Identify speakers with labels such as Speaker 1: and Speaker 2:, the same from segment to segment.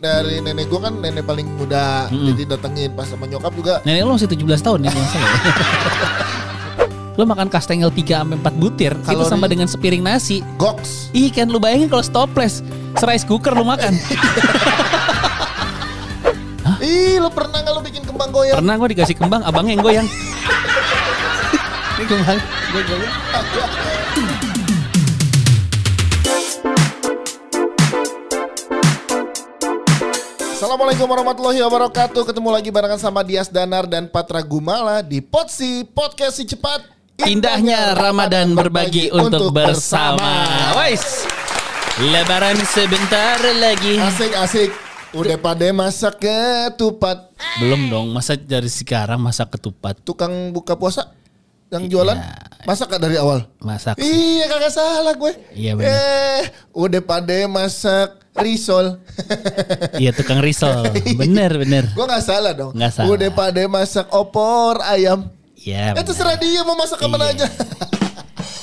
Speaker 1: dari nenek gua kan nenek paling muda
Speaker 2: Hmm.
Speaker 1: jadi datengin pas sama nyokap juga
Speaker 2: Nenek lo masih 17 tahun ya kalau nggak salah. ya. Lo makan kastengel 3 sampai 4 butir itu
Speaker 1: Kalori-
Speaker 2: sama dengan sepiring nasi.
Speaker 1: goks
Speaker 2: Ih kan lu bayangin kalau stopless rice cooker lu makan.
Speaker 1: ih lu pernah nggak lu bikin kembang goyang
Speaker 2: Pernah gue dikasih kembang abangnya yang goyang. Ini kembang gue goyang.
Speaker 1: Assalamualaikum warahmatullahi wabarakatuh ketemu lagi barengan sama Dias Danar dan Patra Gumala di Potsi Podcast si cepat
Speaker 2: Indahnya Ramadan berbagi untuk bersama. Wais. Lebaran sebentar lagi.
Speaker 1: asik asik udah pada masak ketupat
Speaker 2: Belum dong, masa dari sekarang masa ketupat.
Speaker 1: tukang buka puasa yang jualan
Speaker 2: Iya.
Speaker 1: masak gak dari awal
Speaker 2: Masak.
Speaker 1: Iya kagak salah gue.
Speaker 2: Iya, bener.
Speaker 1: Eh, udah pada masak risol.
Speaker 2: Iya tukang risol. Bener bener.
Speaker 1: gue nggak salah dong.
Speaker 2: Nggak salah.
Speaker 1: Udah pada masak opor ayam. Ya
Speaker 2: Iya. bener.
Speaker 1: terserah dia mau masak kemana
Speaker 2: Iya.
Speaker 1: aja.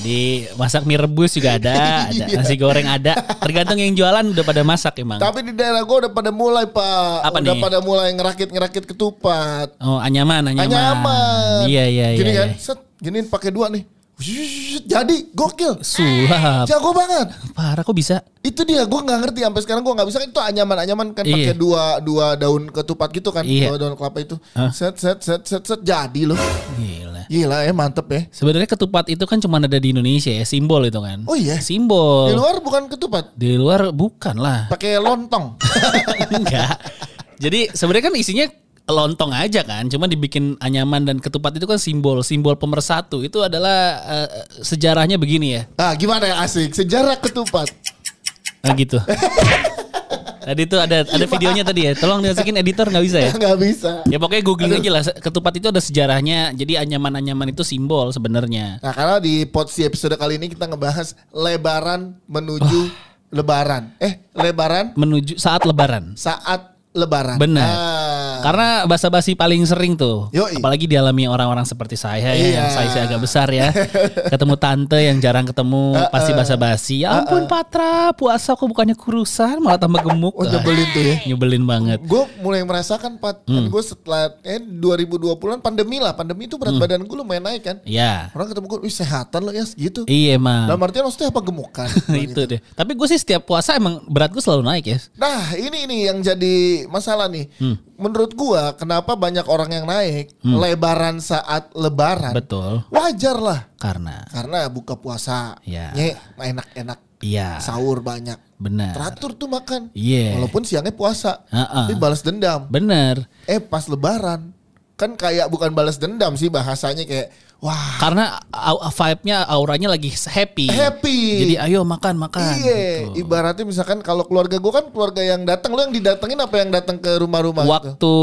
Speaker 2: Di masak mie rebus juga ada, ada
Speaker 1: Iya.
Speaker 2: nasi goreng ada. Tergantung yang jualan udah pada masak emang.
Speaker 1: Tapi di daerah gue udah pada mulai pak.
Speaker 2: Apa
Speaker 1: udah
Speaker 2: nih?
Speaker 1: pada mulai ngerakit ngerakit ketupat.
Speaker 2: Oh, anyaman, anyaman.
Speaker 1: Anyaman.
Speaker 2: Iya, iya, iya.
Speaker 1: Gini
Speaker 2: iya.
Speaker 1: kan, set, giniin pakai dua nih. Wih, Jadi gokil.
Speaker 2: Sulap.
Speaker 1: Jago banget.
Speaker 2: Parah kok bisa?
Speaker 1: Itu dia, gue nggak ngerti sampai sekarang gue nggak bisa kan itu anyaman-anyaman kan pakai
Speaker 2: Iya.
Speaker 1: dua dua daun ketupat gitu kan,
Speaker 2: Iya.
Speaker 1: dua daun kelapa itu.
Speaker 2: Hah?
Speaker 1: Set set set set set jadi loh.
Speaker 2: Gila.
Speaker 1: Gila ya mantep ya.
Speaker 2: Sebenarnya ketupat itu kan cuma ada di Indonesia ya, simbol itu kan.
Speaker 1: Oh iya.
Speaker 2: Simbol.
Speaker 1: Di luar bukan ketupat,
Speaker 2: Di luar bukan lah.
Speaker 1: pakai lontong.
Speaker 2: Enggak. Jadi sebenarnya kan isinya lontong aja kan, cuma dibikin anyaman dan ketupat itu kan simbol-simbol pemersatu. Itu adalah eh, sejarahnya begini ya.
Speaker 1: ah gimana ya asik sejarah ketupat.
Speaker 2: Nah gitu. tadi tuh ada ada videonya tadi ya. Tolong dimasukin editor nggak bisa ya.
Speaker 1: Nggak bisa.
Speaker 2: Ya pokoknya googling aja lah. Ketupat itu ada sejarahnya. Jadi anyaman-anyaman itu simbol sebenarnya.
Speaker 1: Nah karena di potsi episode kali ini kita ngebahas lebaran menuju lebaran. Eh lebaran
Speaker 2: Menuju saat lebaran.
Speaker 1: saat lebaran.
Speaker 2: Benar.
Speaker 1: Ah.
Speaker 2: Karena basa-basi paling sering tuh,
Speaker 1: Yoi.
Speaker 2: apalagi dialami orang-orang seperti saya ya,
Speaker 1: Iya.
Speaker 2: yang saya agak besar ya. ketemu tante yang jarang ketemu, pasti basa-basi. Ya ampun Patra, puasa kok bukannya kurusan, malah tambah gemuk.
Speaker 1: Oh, nyebelin tuh ya.
Speaker 2: Ah, Nyebelin banget. Hmm.
Speaker 1: gue mulai merasakan pat kan gue setelah eh 2020-an pandemi lah pandemi itu
Speaker 2: Hmm.
Speaker 1: berat badan gue lumayan naik kan
Speaker 2: Ya.
Speaker 1: orang ketemu gue wih sehatan lo ya segitu
Speaker 2: Iya emang.
Speaker 1: dalam artian maksudnya apa gemukan Gitu.
Speaker 2: itu gitu deh. Tapi gue sih setiap puasa emang berat gue selalu naik ya.
Speaker 1: nah ini ini yang jadi masalah nih
Speaker 2: Hmm.
Speaker 1: menurut gue kenapa banyak orang yang naik lebaran saat lebaran
Speaker 2: Betul.
Speaker 1: wajar lah
Speaker 2: Karena
Speaker 1: karena buka puasa
Speaker 2: Ya.
Speaker 1: nye, enak-enak
Speaker 2: iya,
Speaker 1: sahur banyak
Speaker 2: benar.
Speaker 1: teratur tuh makan
Speaker 2: Ah. Iya. Ah.
Speaker 1: walaupun siangnya puasa
Speaker 2: Ha-ha.
Speaker 1: tapi balas dendam
Speaker 2: Benar.
Speaker 1: Eh pas lebaran kan kayak bukan balas dendam sih bahasanya kayak wah
Speaker 2: Karena au- vibe-nya auranya lagi happy. Iya.
Speaker 1: happy.
Speaker 2: Jadi ayo makan makan.
Speaker 1: iya,
Speaker 2: gitu.
Speaker 1: ibaratnya misalkan kalau keluarga gue kan keluarga yang datang, lo yang didatengin apa yang datang ke rumah-rumah gitu?
Speaker 2: waktu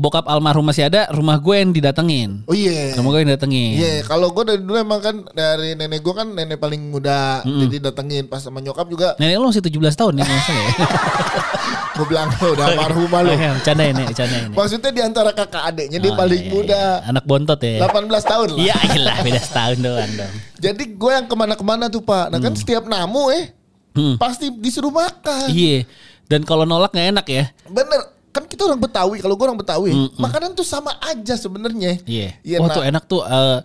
Speaker 2: bokap almarhum masih ada, rumah gue yang didatengin.
Speaker 1: Oh iya.
Speaker 2: Rumah gue yang datengin.
Speaker 1: Iya, kalau gue dari dulu emang kan dari nenek gue kan nenek paling muda, jadi datengin pas sama nyokap juga
Speaker 2: Nenek lo masih 17 tahun ya masa ya?
Speaker 1: gue bilang "Lo udah almarhumah lo.
Speaker 2: Eh, Bercanda ini, bercanda ini.
Speaker 1: Maksudnya di antara kakak adiknya
Speaker 2: Oh,
Speaker 1: dia paling muda,
Speaker 2: iya, Anak bontot ya.
Speaker 1: 18 tahun lah.
Speaker 2: Iya iyalah beda setahun doang dong.
Speaker 1: Jadi gue yang kemana-kemana tuh pak, nah kan setiap namu eh
Speaker 2: Hmm.
Speaker 1: pasti disuruh makan.
Speaker 2: Mm. Iya. Dan kalau nolak nggak enak ya.
Speaker 1: Bener kan kita orang Betawi kalau gue orang Betawi makanan tuh sama aja sebenarnya.
Speaker 2: Iya.
Speaker 1: Iya.
Speaker 2: Wah
Speaker 1: nah,
Speaker 2: tuh enak tuh eh,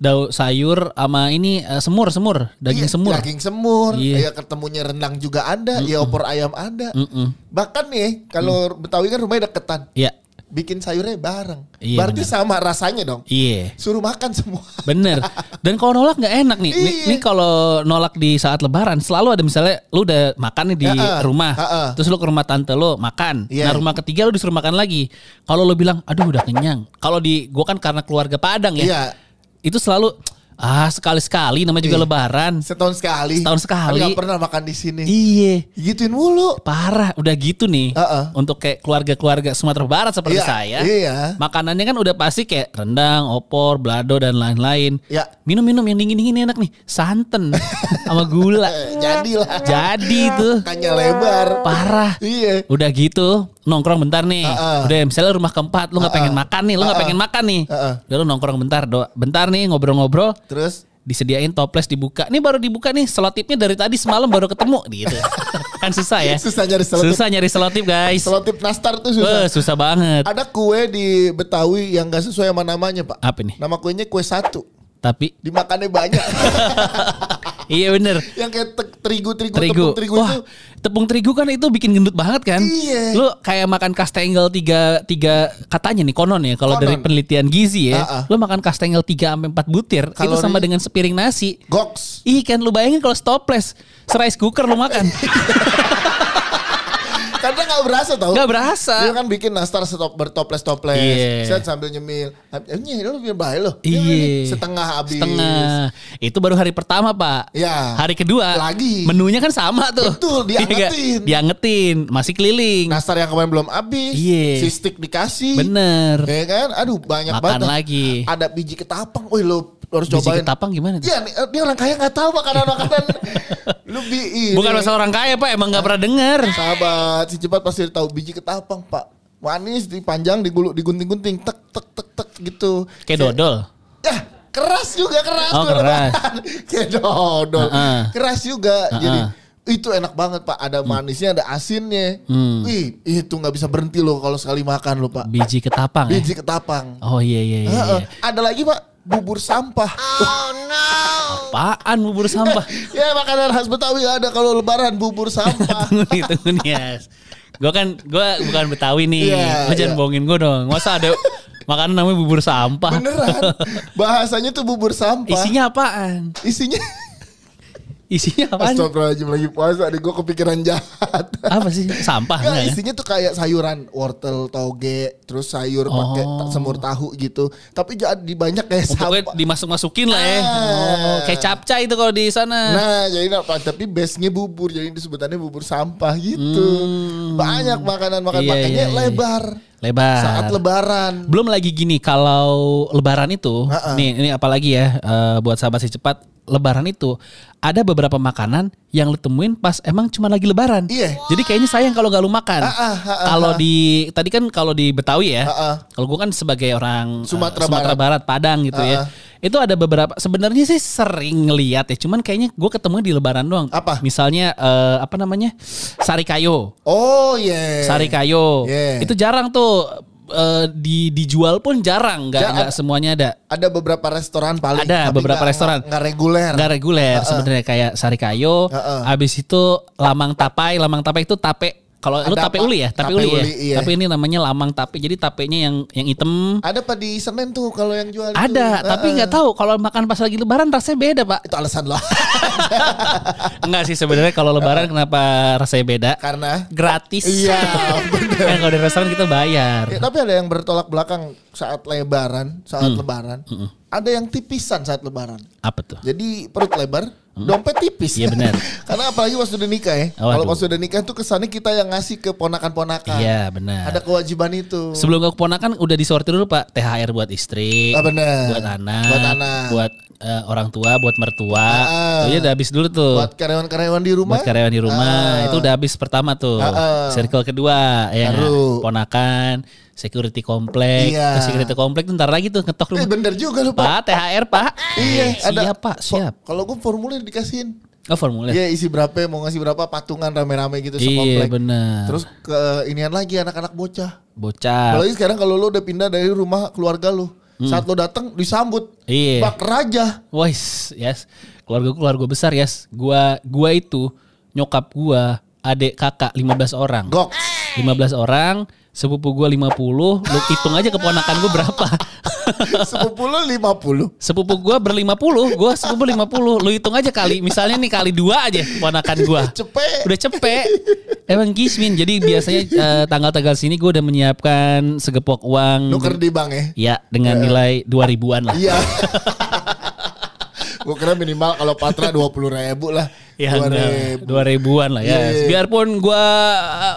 Speaker 2: daun sayur sama ini eh, semur semur
Speaker 1: iya,
Speaker 2: daging semur.
Speaker 1: Daging semur.
Speaker 2: Iya.
Speaker 1: Ya ketemunya rendang juga ada. Ya opor ayam ada.
Speaker 2: Mm-mm. Mm.
Speaker 1: Bahkan nih kalau Betawi kan rumahnya deketan.
Speaker 2: Iya.
Speaker 1: Bikin sayurnya bareng.
Speaker 2: Iya,
Speaker 1: Berarti sama rasanya dong.
Speaker 2: Iya.
Speaker 1: Suruh makan semua.
Speaker 2: Bener. Dan kalau nolak nggak enak nih. Nih,
Speaker 1: Iya.
Speaker 2: nih kalau nolak di saat Lebaran selalu ada misalnya lu udah makan nih di
Speaker 1: Heeh.
Speaker 2: rumah,
Speaker 1: Heeh.
Speaker 2: terus lu ke rumah tante lu makan.
Speaker 1: Iya.
Speaker 2: Nah rumah ketiga lu disuruh makan lagi. Kalau lu bilang, aduh udah kenyang. Kalau di gua kan karena keluarga Padang ya,
Speaker 1: Iya.
Speaker 2: itu selalu ah sekali sekali namanya juga Lebaran.
Speaker 1: Setahun sekali.
Speaker 2: Setahun sekali.
Speaker 1: Kan gak pernah makan di sini.
Speaker 2: Iya.
Speaker 1: Gituin mulu.
Speaker 2: Parah, udah gitu nih.
Speaker 1: Heeh.
Speaker 2: Untuk kayak keluarga-keluarga Sumatera Barat seperti
Speaker 1: Iya,
Speaker 2: saya.
Speaker 1: iya.
Speaker 2: Makanannya kan udah pasti kayak rendang, opor, belado dan lain-lain.
Speaker 1: Ya.
Speaker 2: Minum-minum yang dingin-dingin enak nih, santan sama gula.
Speaker 1: Eh, jadilah.
Speaker 2: Jadi tuh
Speaker 1: Kanya lebar.
Speaker 2: parah.
Speaker 1: Iya.
Speaker 2: Udah gitu nongkrong bentar nih.
Speaker 1: Heeh.
Speaker 2: Udah misalnya rumah keempat lu nggak pengen makan nih, lu nggak pengen makan nih.
Speaker 1: Heeh.
Speaker 2: Udah lu nongkrong bentar, do. Bentar nih ngobrol-ngobrol.
Speaker 1: Terus
Speaker 2: disediain toples dibuka. Ini baru dibuka nih selotipnya dari tadi semalam baru ketemu gitu. kan susah ya.
Speaker 1: Susah nyari selotip.
Speaker 2: Susah nyari selotip guys.
Speaker 1: Selotip nastar tuh
Speaker 2: Wah,
Speaker 1: susah.
Speaker 2: susah banget.
Speaker 1: Ada kue di Betawi yang gak sesuai sama namanya pak.
Speaker 2: Apa nih?
Speaker 1: Nama kuenya kue satu.
Speaker 2: Tapi
Speaker 1: Dimakannya banyak.
Speaker 2: iya bener.
Speaker 1: yang kayak te- terigu-terigu,
Speaker 2: Terigu.
Speaker 1: tepung terigu
Speaker 2: Wah,
Speaker 1: itu.
Speaker 2: tepung terigu kan itu bikin gendut banget kan?
Speaker 1: Iya.
Speaker 2: Lu kayak makan kastengel tiga tiga katanya nih konon ya kalau
Speaker 1: Konon.
Speaker 2: dari penelitian gizi ya.
Speaker 1: Ah, ah.
Speaker 2: Lu makan kastengel 3 sampai 4 butir itu
Speaker 1: Kalorinya-
Speaker 2: sama dengan sepiring nasi.
Speaker 1: Goks.
Speaker 2: Ih kan lu bayangin kalau stoples rice cooker lu makan.
Speaker 1: Iya. Karena gak berasa tau.
Speaker 2: Gak berasa.
Speaker 1: Dia kan bikin nastar stop bertoples-toples.
Speaker 2: Iya.
Speaker 1: Set sambil nyemil. Eh, Ini lu lebih baik loh. Ini
Speaker 2: Iya.
Speaker 1: Setengah habis.
Speaker 2: Setengah. Itu baru hari pertama, Pak.
Speaker 1: Ya.
Speaker 2: Hari kedua.
Speaker 1: Lagi.
Speaker 2: Menunya kan sama tuh.
Speaker 1: Betul,
Speaker 2: Iya nggak?
Speaker 1: diangetin.
Speaker 2: diangetin. Masih keliling.
Speaker 1: Nastar yang kemarin belum habis.
Speaker 2: Iya.
Speaker 1: Si stick dikasih.
Speaker 2: Bener.
Speaker 1: Ya kan? Aduh banyak
Speaker 2: Makan
Speaker 1: banget.
Speaker 2: lagi.
Speaker 1: Ada biji ketapang. Wih lu harus
Speaker 2: Biji
Speaker 1: cobain.
Speaker 2: ketapang gimana tuh?
Speaker 1: Iya, nih, dia orang kaya gak tahu makanan-makanan. lu bi
Speaker 2: Bukan masalah orang kaya, Pak. Emang nggak pernah dengar.
Speaker 1: Sahabat, si cepat pasti tahu biji ketapang, Pak. Manis dipanjang digulung digunting-gunting tek tek tek tek gitu. Saya-
Speaker 2: Kayak dodol.
Speaker 1: Ya, keras juga keras.
Speaker 2: Oh,
Speaker 1: tuh,
Speaker 2: keras.
Speaker 1: Pak. Kayak dodol.
Speaker 2: Heeh.
Speaker 1: Keras juga.
Speaker 2: Heeh. Hmm.
Speaker 1: Jadi itu enak banget pak, ada manisnya, ada asinnya. Wih, itu nggak bisa berhenti loh kalau sekali makan loh pak.
Speaker 2: Biji ketapang ya?
Speaker 1: Biji ketapang.
Speaker 2: Oh iya iya iya.
Speaker 1: Heeh.
Speaker 2: iya.
Speaker 1: Ada lagi pak, bubur sampah.
Speaker 2: Apaan bubur sampah?
Speaker 1: ya makanan khas Betawi ada kalau Lebaran bubur sampah.
Speaker 2: tunggu nih, tunggu nih, Yas. Gue kan, gue bukan Betawi nih.
Speaker 1: Iya,
Speaker 2: Lu jangan
Speaker 1: iya.
Speaker 2: bohongin gue dong. Masa ada makanan namanya bubur sampah?
Speaker 1: Beneran, bahasanya tuh bubur sampah.
Speaker 2: Isinya apaan?
Speaker 1: Isinya.
Speaker 2: Isinya apaan?
Speaker 1: Astagfirullahim lagi puasa, deh gue kepikiran jahat.
Speaker 2: Apa sih?
Speaker 1: Enggak,
Speaker 2: Sampah. enggak kan?
Speaker 1: isinya tuh kayak sayuran wortel toge terus sayur pakai
Speaker 2: Oh.
Speaker 1: ta- semur tahu gitu tapi jadi banyak kayak
Speaker 2: Pokoknya
Speaker 1: sampah
Speaker 2: dimasuk-masukin lah ya.
Speaker 1: Ah.
Speaker 2: Oh, kayak capcay itu kalau di sana.
Speaker 1: nah jadi apa tapi base-nya bubur jadi disebutannya bubur sampah gitu banyak makanan makan
Speaker 2: Hmm. Iya,
Speaker 1: makanya
Speaker 2: iya, Ah. iya.
Speaker 1: lebar
Speaker 2: Lebar.
Speaker 1: saat lebaran
Speaker 2: Belum lagi gini kalau lebaran itu,
Speaker 1: Ha-ha.
Speaker 2: nih ini apalagi ya eh, buat sahabat si cepat, lebaran itu ada beberapa makanan yang lu temuin pas emang cuma lagi lebaran.
Speaker 1: Iya.
Speaker 2: Jadi kayaknya sayang kalau gak lu makan.
Speaker 1: Ha-ha, ha-ha,
Speaker 2: Kalau di tadi kan kalau di Betawi ya.
Speaker 1: Ha-ha.
Speaker 2: Kalau gua kan sebagai orang eh,
Speaker 1: Sumatera
Speaker 2: Barat. Padang gitu ya. Itu ada beberapa sebenarnya sih sering ngeliat ya, cuman kayaknya gua ketemu di lebaran doang.
Speaker 1: Apa?
Speaker 2: Misalnya eh, apa namanya? Sarikayo.
Speaker 1: oh iya
Speaker 2: Sari kayo.
Speaker 1: Yeah.
Speaker 2: Itu jarang tuh eh, di dijual pun jarang, nggak
Speaker 1: Ja-
Speaker 2: nggak semuanya ada.
Speaker 1: ada beberapa restoran paling
Speaker 2: Ada
Speaker 1: tapi
Speaker 2: beberapa
Speaker 1: nggak-
Speaker 2: restoran.
Speaker 1: nggak reguler
Speaker 2: Nggak reguler sebenarnya kayak Sari kayo.
Speaker 1: Heeh.
Speaker 2: Abis itu lamang tapai, lamang tapai itu tape. Kalau lu
Speaker 1: Ada
Speaker 2: tape
Speaker 1: apa?
Speaker 2: uli ya, tape,
Speaker 1: Tape
Speaker 2: uli ya.
Speaker 1: uli, iya.
Speaker 2: Tapi ini namanya lamang tape. Jadi tapenya yang yang hitam.
Speaker 1: ada apa di Senen tuh kalau yang jual itu? Eh,
Speaker 2: Ada, tapi nggak tahu kalau makan pas lagi lebaran rasanya beda, Pak.
Speaker 1: itu alasan lo
Speaker 2: Enggak sih sebenarnya kalau lebaran kenapa rasanya beda?
Speaker 1: karena
Speaker 2: Gratis.
Speaker 1: Iya,
Speaker 2: Kan kalau di restoran kita bayar.
Speaker 1: Ya, tapi ada yang bertolak belakang saat lebaran, saat
Speaker 2: Hmm.
Speaker 1: lebaran. Ada yang tipisan saat lebaran.
Speaker 2: Apa tuh?
Speaker 1: Jadi perut lebar, dompet tipis.
Speaker 2: Iya, benar.
Speaker 1: Karena apalagi pas udah nikah ya.
Speaker 2: Oh,
Speaker 1: Kalau
Speaker 2: aduh.
Speaker 1: pas udah nikah tuh kesannya kita yang ngasih ke ponakan-ponakan.
Speaker 2: Iya, benar.
Speaker 1: Ada kewajiban itu.
Speaker 2: Sebelum ke keponakan udah disortir dulu Pak, THR buat istri,
Speaker 1: Ah, bener.
Speaker 2: buat anak,
Speaker 1: Buat anak.
Speaker 2: buat, eh, orang tua, buat mertua.
Speaker 1: Ah.
Speaker 2: Jadi udah habis dulu tuh.
Speaker 1: Buat karyawan-karyawan di rumah.
Speaker 2: Buat karyawan di rumah itu udah habis pertama tuh.
Speaker 1: Ah, ah.
Speaker 2: Circle kedua ya nggak?
Speaker 1: Baru.
Speaker 2: ponakan, security komplek.
Speaker 1: Iya.
Speaker 2: Ke Security komplek tuh ntar lagi tuh ngetok
Speaker 1: Eh,
Speaker 2: rumah.
Speaker 1: bener juga lu Pak.
Speaker 2: Pak, THR Pak.
Speaker 1: Iya,
Speaker 2: Eh,
Speaker 1: ada-
Speaker 2: Siap Pak, siap.
Speaker 1: Kalau gue formulir dikasihin.
Speaker 2: Oh formulir.
Speaker 1: Iya isi berapa mau ngasih berapa patungan rame-rame gitu
Speaker 2: Iya, benar. Ah.
Speaker 1: Terus ke inian lagi anak-anak bocah.
Speaker 2: Bocah.
Speaker 1: Apalagi sekarang kalau lo udah pindah dari rumah keluarga lo, saat lo datang disambut
Speaker 2: Hmm. Iya.
Speaker 1: bak raja.
Speaker 2: Wais, yes. Keluarga keluarga besar, yes. Gua gua itu nyokap gua, adik kakak 15 orang.
Speaker 1: Gok.
Speaker 2: 15 orang, sepupu gua 50, lu hitung aja keponakan gua berapa.
Speaker 1: Sepupu lo 50.
Speaker 2: sepupu gua berlima puluh, gua sepupu 50. Lu hitung aja kali, misalnya nih kali dua aja keponakan gua.
Speaker 1: Cepet.
Speaker 2: Udah cepet. Emang gismin. Jadi biasanya eh, tanggal-tanggal sini gua udah menyiapkan segepok uang.
Speaker 1: Nuker di bank ya.
Speaker 2: Ya, dengan nilai 2000-an lah.
Speaker 1: Iya. Gue kira minimal kalau Patra 20 ribu lah.
Speaker 2: Ya,
Speaker 1: 2000.
Speaker 2: dua ribuan lah ya.
Speaker 1: Iya.
Speaker 2: Biarpun gua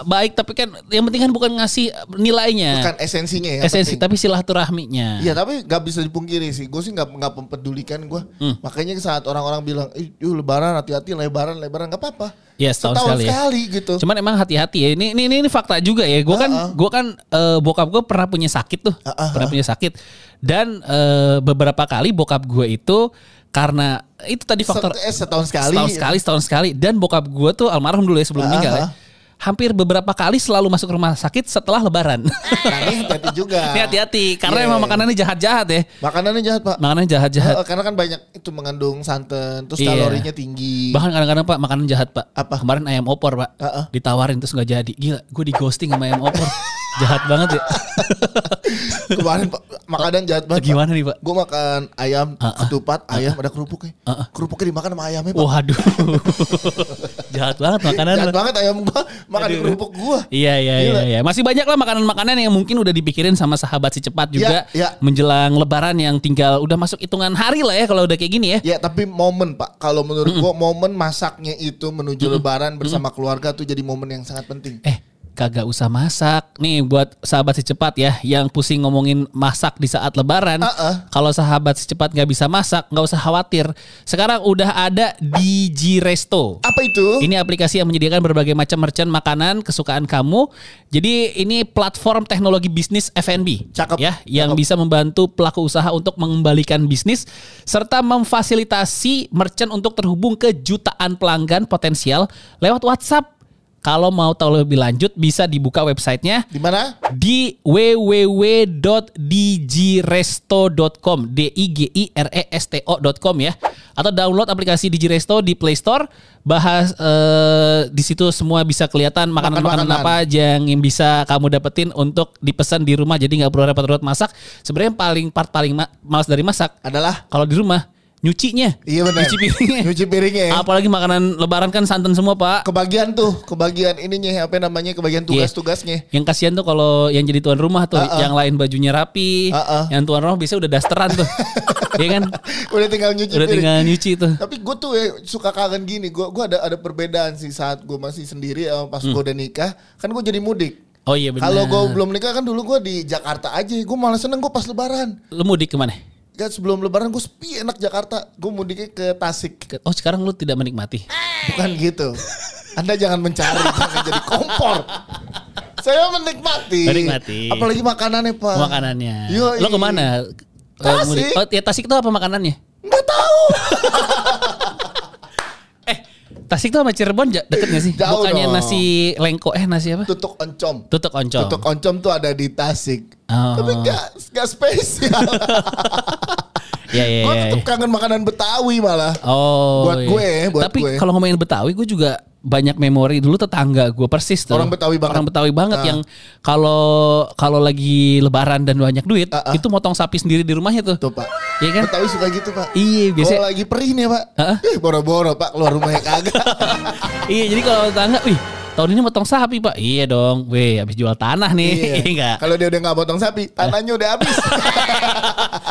Speaker 2: uh, baik, tapi kan yang penting kan bukan ngasih uh, nilainya,
Speaker 1: Bukan esensinya ya.
Speaker 2: esensi, tapi silaturahminya.
Speaker 1: Iya tapi gak bisa dipungkiri sih. Gue sih gak, nggak
Speaker 2: Hmm.
Speaker 1: mempedulikan gue. Makanya saat orang-orang bilang, Ih, yuh, lebaran hati-hati lebaran, lebaran. Gak apa-apa.
Speaker 2: Iya, setahun sekali ya.
Speaker 1: gitu.
Speaker 2: Cuman emang hati-hati ya. Ini ini ini, ini fakta juga ya. Gue kan
Speaker 1: Ah, ah.
Speaker 2: gua kan eh, bokap gue pernah punya sakit tuh,
Speaker 1: Ah, ah,
Speaker 2: pernah punya sakit. Dan eh, beberapa kali bokap gue itu karena itu tadi faktor
Speaker 1: Set- eh, setahun sekali.
Speaker 2: setahun sekali, setahun sekali. Dan bokap gue tuh almarhum dulu ya sebelum
Speaker 1: Ah,
Speaker 2: meninggal ya.
Speaker 1: ah.
Speaker 2: Hampir beberapa kali selalu masuk rumah sakit setelah lebaran.
Speaker 1: Nah, ini hati-hati juga.
Speaker 2: Ini hati-hati karena
Speaker 1: Iya.
Speaker 2: emang makanannya jahat-jahat ya.
Speaker 1: Makanannya jahat, Pak.
Speaker 2: Makanannya jahat-jahat.
Speaker 1: Eh, karena kan banyak itu mengandung santan, terus
Speaker 2: Iya.
Speaker 1: kalorinya tinggi.
Speaker 2: Bahkan kadang-kadang Pak makanan jahat Pak.
Speaker 1: Apa?
Speaker 2: Kemarin ayam opor Pak.
Speaker 1: Heeh.
Speaker 2: Ditawarin terus nggak jadi. Gila, gue di ghosting sama ayam opor. jahat banget ya.
Speaker 1: Kemarin Pak, makanan jahat banget. Pak.
Speaker 2: Gimana nih Pak?
Speaker 1: Gue makan ayam
Speaker 2: Ah, ah.
Speaker 1: ketupat, ayam ada kerupuknya. Kerupuknya dimakan sama ayamnya, Pak.
Speaker 2: Waduh. jahat banget makanan.
Speaker 1: Jahat
Speaker 2: lo.
Speaker 1: banget ayam gua makan di
Speaker 2: Aduh.
Speaker 1: kerupuk gua.
Speaker 2: Iya iya
Speaker 1: Gila.
Speaker 2: iya iya. Masih banyak lah makanan-makanan yang mungkin udah dipikirin sama sahabat si cepat juga
Speaker 1: Iya, iya.
Speaker 2: menjelang lebaran yang tinggal udah masuk hitungan hari lah ya kalau udah kayak gini ya.
Speaker 1: Ya tapi momen pak, kalau menurut gua momen masaknya itu menuju lebaran bersama keluarga tuh jadi momen yang sangat penting.
Speaker 2: Eh kagak usah masak nih buat sahabat si cepat ya yang pusing ngomongin masak di saat lebaran
Speaker 1: Uh-uh.
Speaker 2: kalau sahabat si cepat nggak bisa masak nggak usah khawatir sekarang udah ada Digi Resto
Speaker 1: Apa itu?
Speaker 2: Ini aplikasi yang menyediakan berbagai macam merchant makanan kesukaan kamu. Jadi ini platform teknologi bisnis F&B.
Speaker 1: Cakep,
Speaker 2: Ya, yang
Speaker 1: cakep.
Speaker 2: bisa membantu pelaku usaha untuk mengembalikan bisnis serta memfasilitasi merchant untuk terhubung ke jutaan pelanggan potensial lewat WhatsApp. Kalau mau tahu lebih lanjut bisa dibuka websitenya
Speaker 1: Di mana?
Speaker 2: di www.digiresto.com d i g i r e s t o.com ya atau download aplikasi Digiresto di Play Store bahas eh, di situ semua bisa kelihatan makanan-makanan
Speaker 1: Makan-makanan.
Speaker 2: apa aja yang bisa kamu dapetin untuk dipesan di rumah jadi nggak perlu repot-repot masak sebenarnya yang paling part paling ma- malas dari masak
Speaker 1: Adalah
Speaker 2: kalau di rumah nyucinya
Speaker 1: Iya benar.
Speaker 2: nyuci piringnya
Speaker 1: Nyuci piringnya. ya.
Speaker 2: apalagi makanan lebaran kan santan semua pak
Speaker 1: Kebagian tuh, kebagian ininya apa namanya? Kebagian
Speaker 2: Iya.
Speaker 1: tugas-tugasnya.
Speaker 2: Yang kasihan tuh kalau yang jadi tuan rumah tuh
Speaker 1: Uh-uh.
Speaker 2: yang lain bajunya rapi,
Speaker 1: Uh-uh.
Speaker 2: yang tuan rumah biasanya udah dasteran tuh. Iya kan?
Speaker 1: Udah tinggal nyuci
Speaker 2: Udah
Speaker 1: piring.
Speaker 2: tinggal nyuci tuh.
Speaker 1: Tapi gue tuh ya, suka kangen gini. Gue gua ada ada perbedaan sih saat gue masih sendiri sama pas gue udah nikah. Kan gue jadi mudik.
Speaker 2: Oh iya Mm. benar.
Speaker 1: Kalau gue belum nikah kan dulu gue di Jakarta aja. Gue malah seneng gue pas lebaran.
Speaker 2: lu mudik kemana?
Speaker 1: Ya sebelum lebaran gue sepi enak Jakarta. Gue mudiknya ke Tasik.
Speaker 2: Ke- Oh sekarang lu tidak menikmati.
Speaker 1: Bukan gitu. Anda jangan mencari, jangan jadi kompor. Saya menikmati.
Speaker 2: Menikmati.
Speaker 1: Apalagi makanannya, Pak.
Speaker 2: Makanannya.
Speaker 1: Yoi.
Speaker 2: Lu kemana? Eh,
Speaker 1: Uh, iya. Tasik.
Speaker 2: mudik. Oh ya Tasik tuh apa makanannya?
Speaker 1: Nggak tahu.
Speaker 2: Eh, Tasik tuh sama Cirebon ja- deket gak sih?
Speaker 1: Jauh
Speaker 2: Bukannya
Speaker 1: dong.
Speaker 2: nasi lengko eh nasi apa?
Speaker 1: Tutuk oncom.
Speaker 2: Tutuk oncom.
Speaker 1: Tutuk oncom tuh ada di Tasik.
Speaker 2: Oh.
Speaker 1: Tapi nggak nggak spesial.
Speaker 2: Iya iya
Speaker 1: gue
Speaker 2: iya,
Speaker 1: tetap
Speaker 2: iya.
Speaker 1: kangen makanan Betawi malah.
Speaker 2: Oh.
Speaker 1: Buat
Speaker 2: iya.
Speaker 1: gue, buat
Speaker 2: Tapi
Speaker 1: gue.
Speaker 2: kalau ngomongin Betawi gue juga banyak memori dulu tetangga gue persis tuh.
Speaker 1: Orang Betawi banget.
Speaker 2: Orang Betawi banget
Speaker 1: Ah.
Speaker 2: yang kalau kalau lagi lebaran dan banyak duit
Speaker 1: Ah, ah.
Speaker 2: itu motong sapi sendiri di rumahnya tuh.
Speaker 1: Tuh, Pak.
Speaker 2: Iya kan?
Speaker 1: Betawi suka gitu, Pak.
Speaker 2: Iya, biasanya
Speaker 1: Kalau lagi perih nih, Pak.
Speaker 2: Heeh.
Speaker 1: Eh, boro-boro, Pak. Keluar rumahnya kagak.
Speaker 2: Iya, jadi kalau tetangga, wih, tahun ini motong sapi, Pak. Iya dong. Weh, habis jual tanah nih. Iya enggak?
Speaker 1: Kalau dia udah nggak potong sapi, tanahnya udah habis.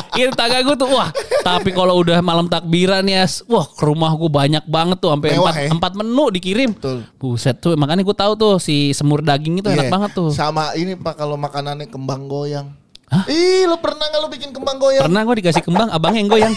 Speaker 2: Iya tetangga gue tuh wah tapi kalau udah malam takbiran ya s- wah ke rumah gue banyak banget tuh sampai
Speaker 1: Mewah,
Speaker 2: empat,
Speaker 1: ya.
Speaker 2: empat menu dikirim.
Speaker 1: Betul.
Speaker 2: Buset tuh makanya gue tahu tuh si semur daging itu enak
Speaker 1: Iya.
Speaker 2: banget tuh.
Speaker 1: Sama ini Pak kalau makanannya kembang goyang. Ih, lu pernah nggak lu bikin kembang goyang?
Speaker 2: Pernah gue dikasih kembang abangnya yang goyang.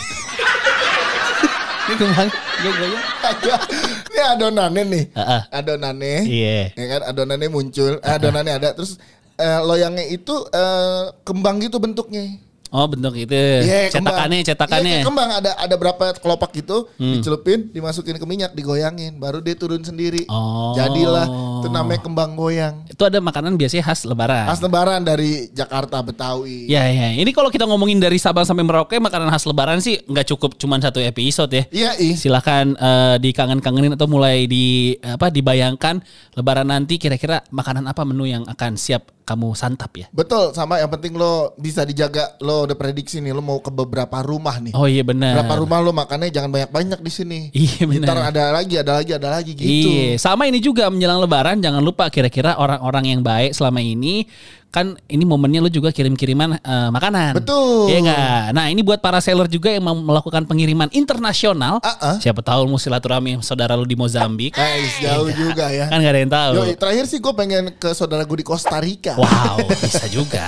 Speaker 2: Ini kembang gue goyang.
Speaker 1: ini adonannya nih.
Speaker 2: Heeh.
Speaker 1: Adonannya.
Speaker 2: Iya.
Speaker 1: Ya kan adonannya muncul, eh, adonannya ada terus eh, loyangnya itu eh, kembang gitu bentuknya.
Speaker 2: Oh bentuk itu
Speaker 1: Iya, kembang.
Speaker 2: cetakannya
Speaker 1: Iya,
Speaker 2: cetakannya. Hmm.
Speaker 1: kayak kembang ada ada berapa kelopak gitu, dicelupin, dimasukin ke minyak, digoyangin, baru dia turun sendiri.
Speaker 2: Oh.
Speaker 1: Jadilah itu namanya kembang goyang.
Speaker 2: itu ada makanan biasanya khas lebaran.
Speaker 1: Khas lebaran dari Jakarta Betawi.
Speaker 2: Ya ya, ini kalau kita ngomongin dari Sabang sampai Merauke makanan khas Lebaran sih nggak cukup cuman satu episode ya.
Speaker 1: Iya, ih.
Speaker 2: Silahkan eh, dikangen-kangenin atau mulai di apa dibayangkan Lebaran nanti kira-kira makanan apa menu yang akan siap kamu santap ya.
Speaker 1: Betul, sama yang penting lo bisa dijaga. Lo udah prediksi nih, lo mau ke beberapa rumah nih.
Speaker 2: Oh iya benar.
Speaker 1: Berapa rumah lo makannya jangan banyak-banyak di sini.
Speaker 2: Iya, benar.
Speaker 1: Ntar ada lagi, ada lagi, ada lagi gitu.
Speaker 2: Iya, sama ini juga menjelang Lebaran jangan lupa kira-kira orang-orang yang baik selama ini kan ini momennya lu juga kirim-kiriman eh, makanan.
Speaker 1: Betul.
Speaker 2: Iya nggak? Nah, ini buat para seller juga yang mau melakukan pengiriman internasional.
Speaker 1: Ah, ah.
Speaker 2: Siapa tahu lu mau silaturahmi sama saudara lu di Mozambik.
Speaker 1: Eh, jauh juga ya.
Speaker 2: Kan nggak ada yang tahu.
Speaker 1: Yoi, terakhir sih gue pengen ke saudara gue di Costa Rica.
Speaker 2: Wow, bisa juga.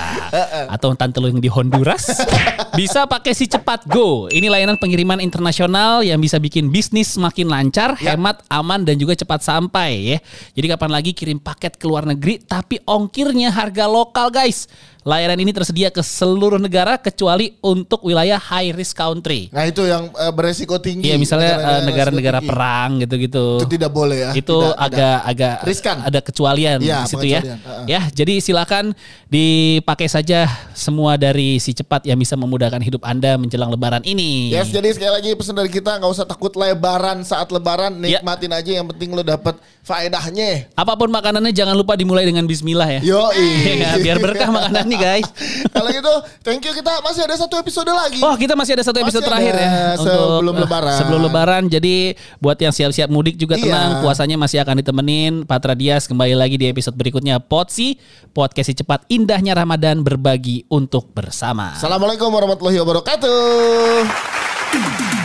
Speaker 2: Atau tante lu yang di Honduras. Bisa pakai si Cepat Go. Ini layanan pengiriman internasional yang bisa bikin bisnis makin lancar, hemat, aman, dan juga cepat sampai ya. Jadi kapan lagi kirim paket ke luar negeri, tapi ongkirnya harga lokal guys. Layanan ini tersedia ke seluruh negara kecuali untuk wilayah high risk country.
Speaker 1: Nah itu yang eh, beresiko tinggi.
Speaker 2: Iya misalnya eh,
Speaker 1: Negara-negara
Speaker 2: negara-negara
Speaker 1: beresiko
Speaker 2: perang gitu-gitu
Speaker 1: tinggi. Itu tidak boleh ya.
Speaker 2: itu
Speaker 1: Tidak, tidak.
Speaker 2: agak agak
Speaker 1: Riskan.
Speaker 2: ada kecualian
Speaker 1: Iya,
Speaker 2: di situ ya.
Speaker 1: pengecualian. Heeh.
Speaker 2: Ya, jadi silakan dipakai saja semua dari si cepat yang bisa memudahkan hidup Anda menjelang lebaran ini.
Speaker 1: Yes, jadi sekali lagi pesan dari kita nggak usah takut lebaran saat lebaran
Speaker 2: Ya.
Speaker 1: nikmatin aja yang penting lo dapet faedahnya.
Speaker 2: Apapun makanannya jangan lupa dimulai dengan bismillah ya.
Speaker 1: Yo,
Speaker 2: Ya, biar berkah makanan nih, guys.
Speaker 1: Kalau gitu, thank you kita masih ada satu episode lagi.
Speaker 2: Oh, kita masih ada satu episode
Speaker 1: Masih
Speaker 2: terakhir
Speaker 1: ada
Speaker 2: ya
Speaker 1: sebelum
Speaker 2: eh,
Speaker 1: Lebaran.
Speaker 2: Sebelum lebaran. Jadi buat yang siap-siap mudik juga
Speaker 1: Iya.
Speaker 2: tenang, puasanya masih akan ditemenin Patra Dias kembali lagi di episode berikutnya Potsi, podcast si cepat indahnya Ramadan berbagi untuk bersama.
Speaker 1: Assalamualaikum warahmatullahi wabarakatuh.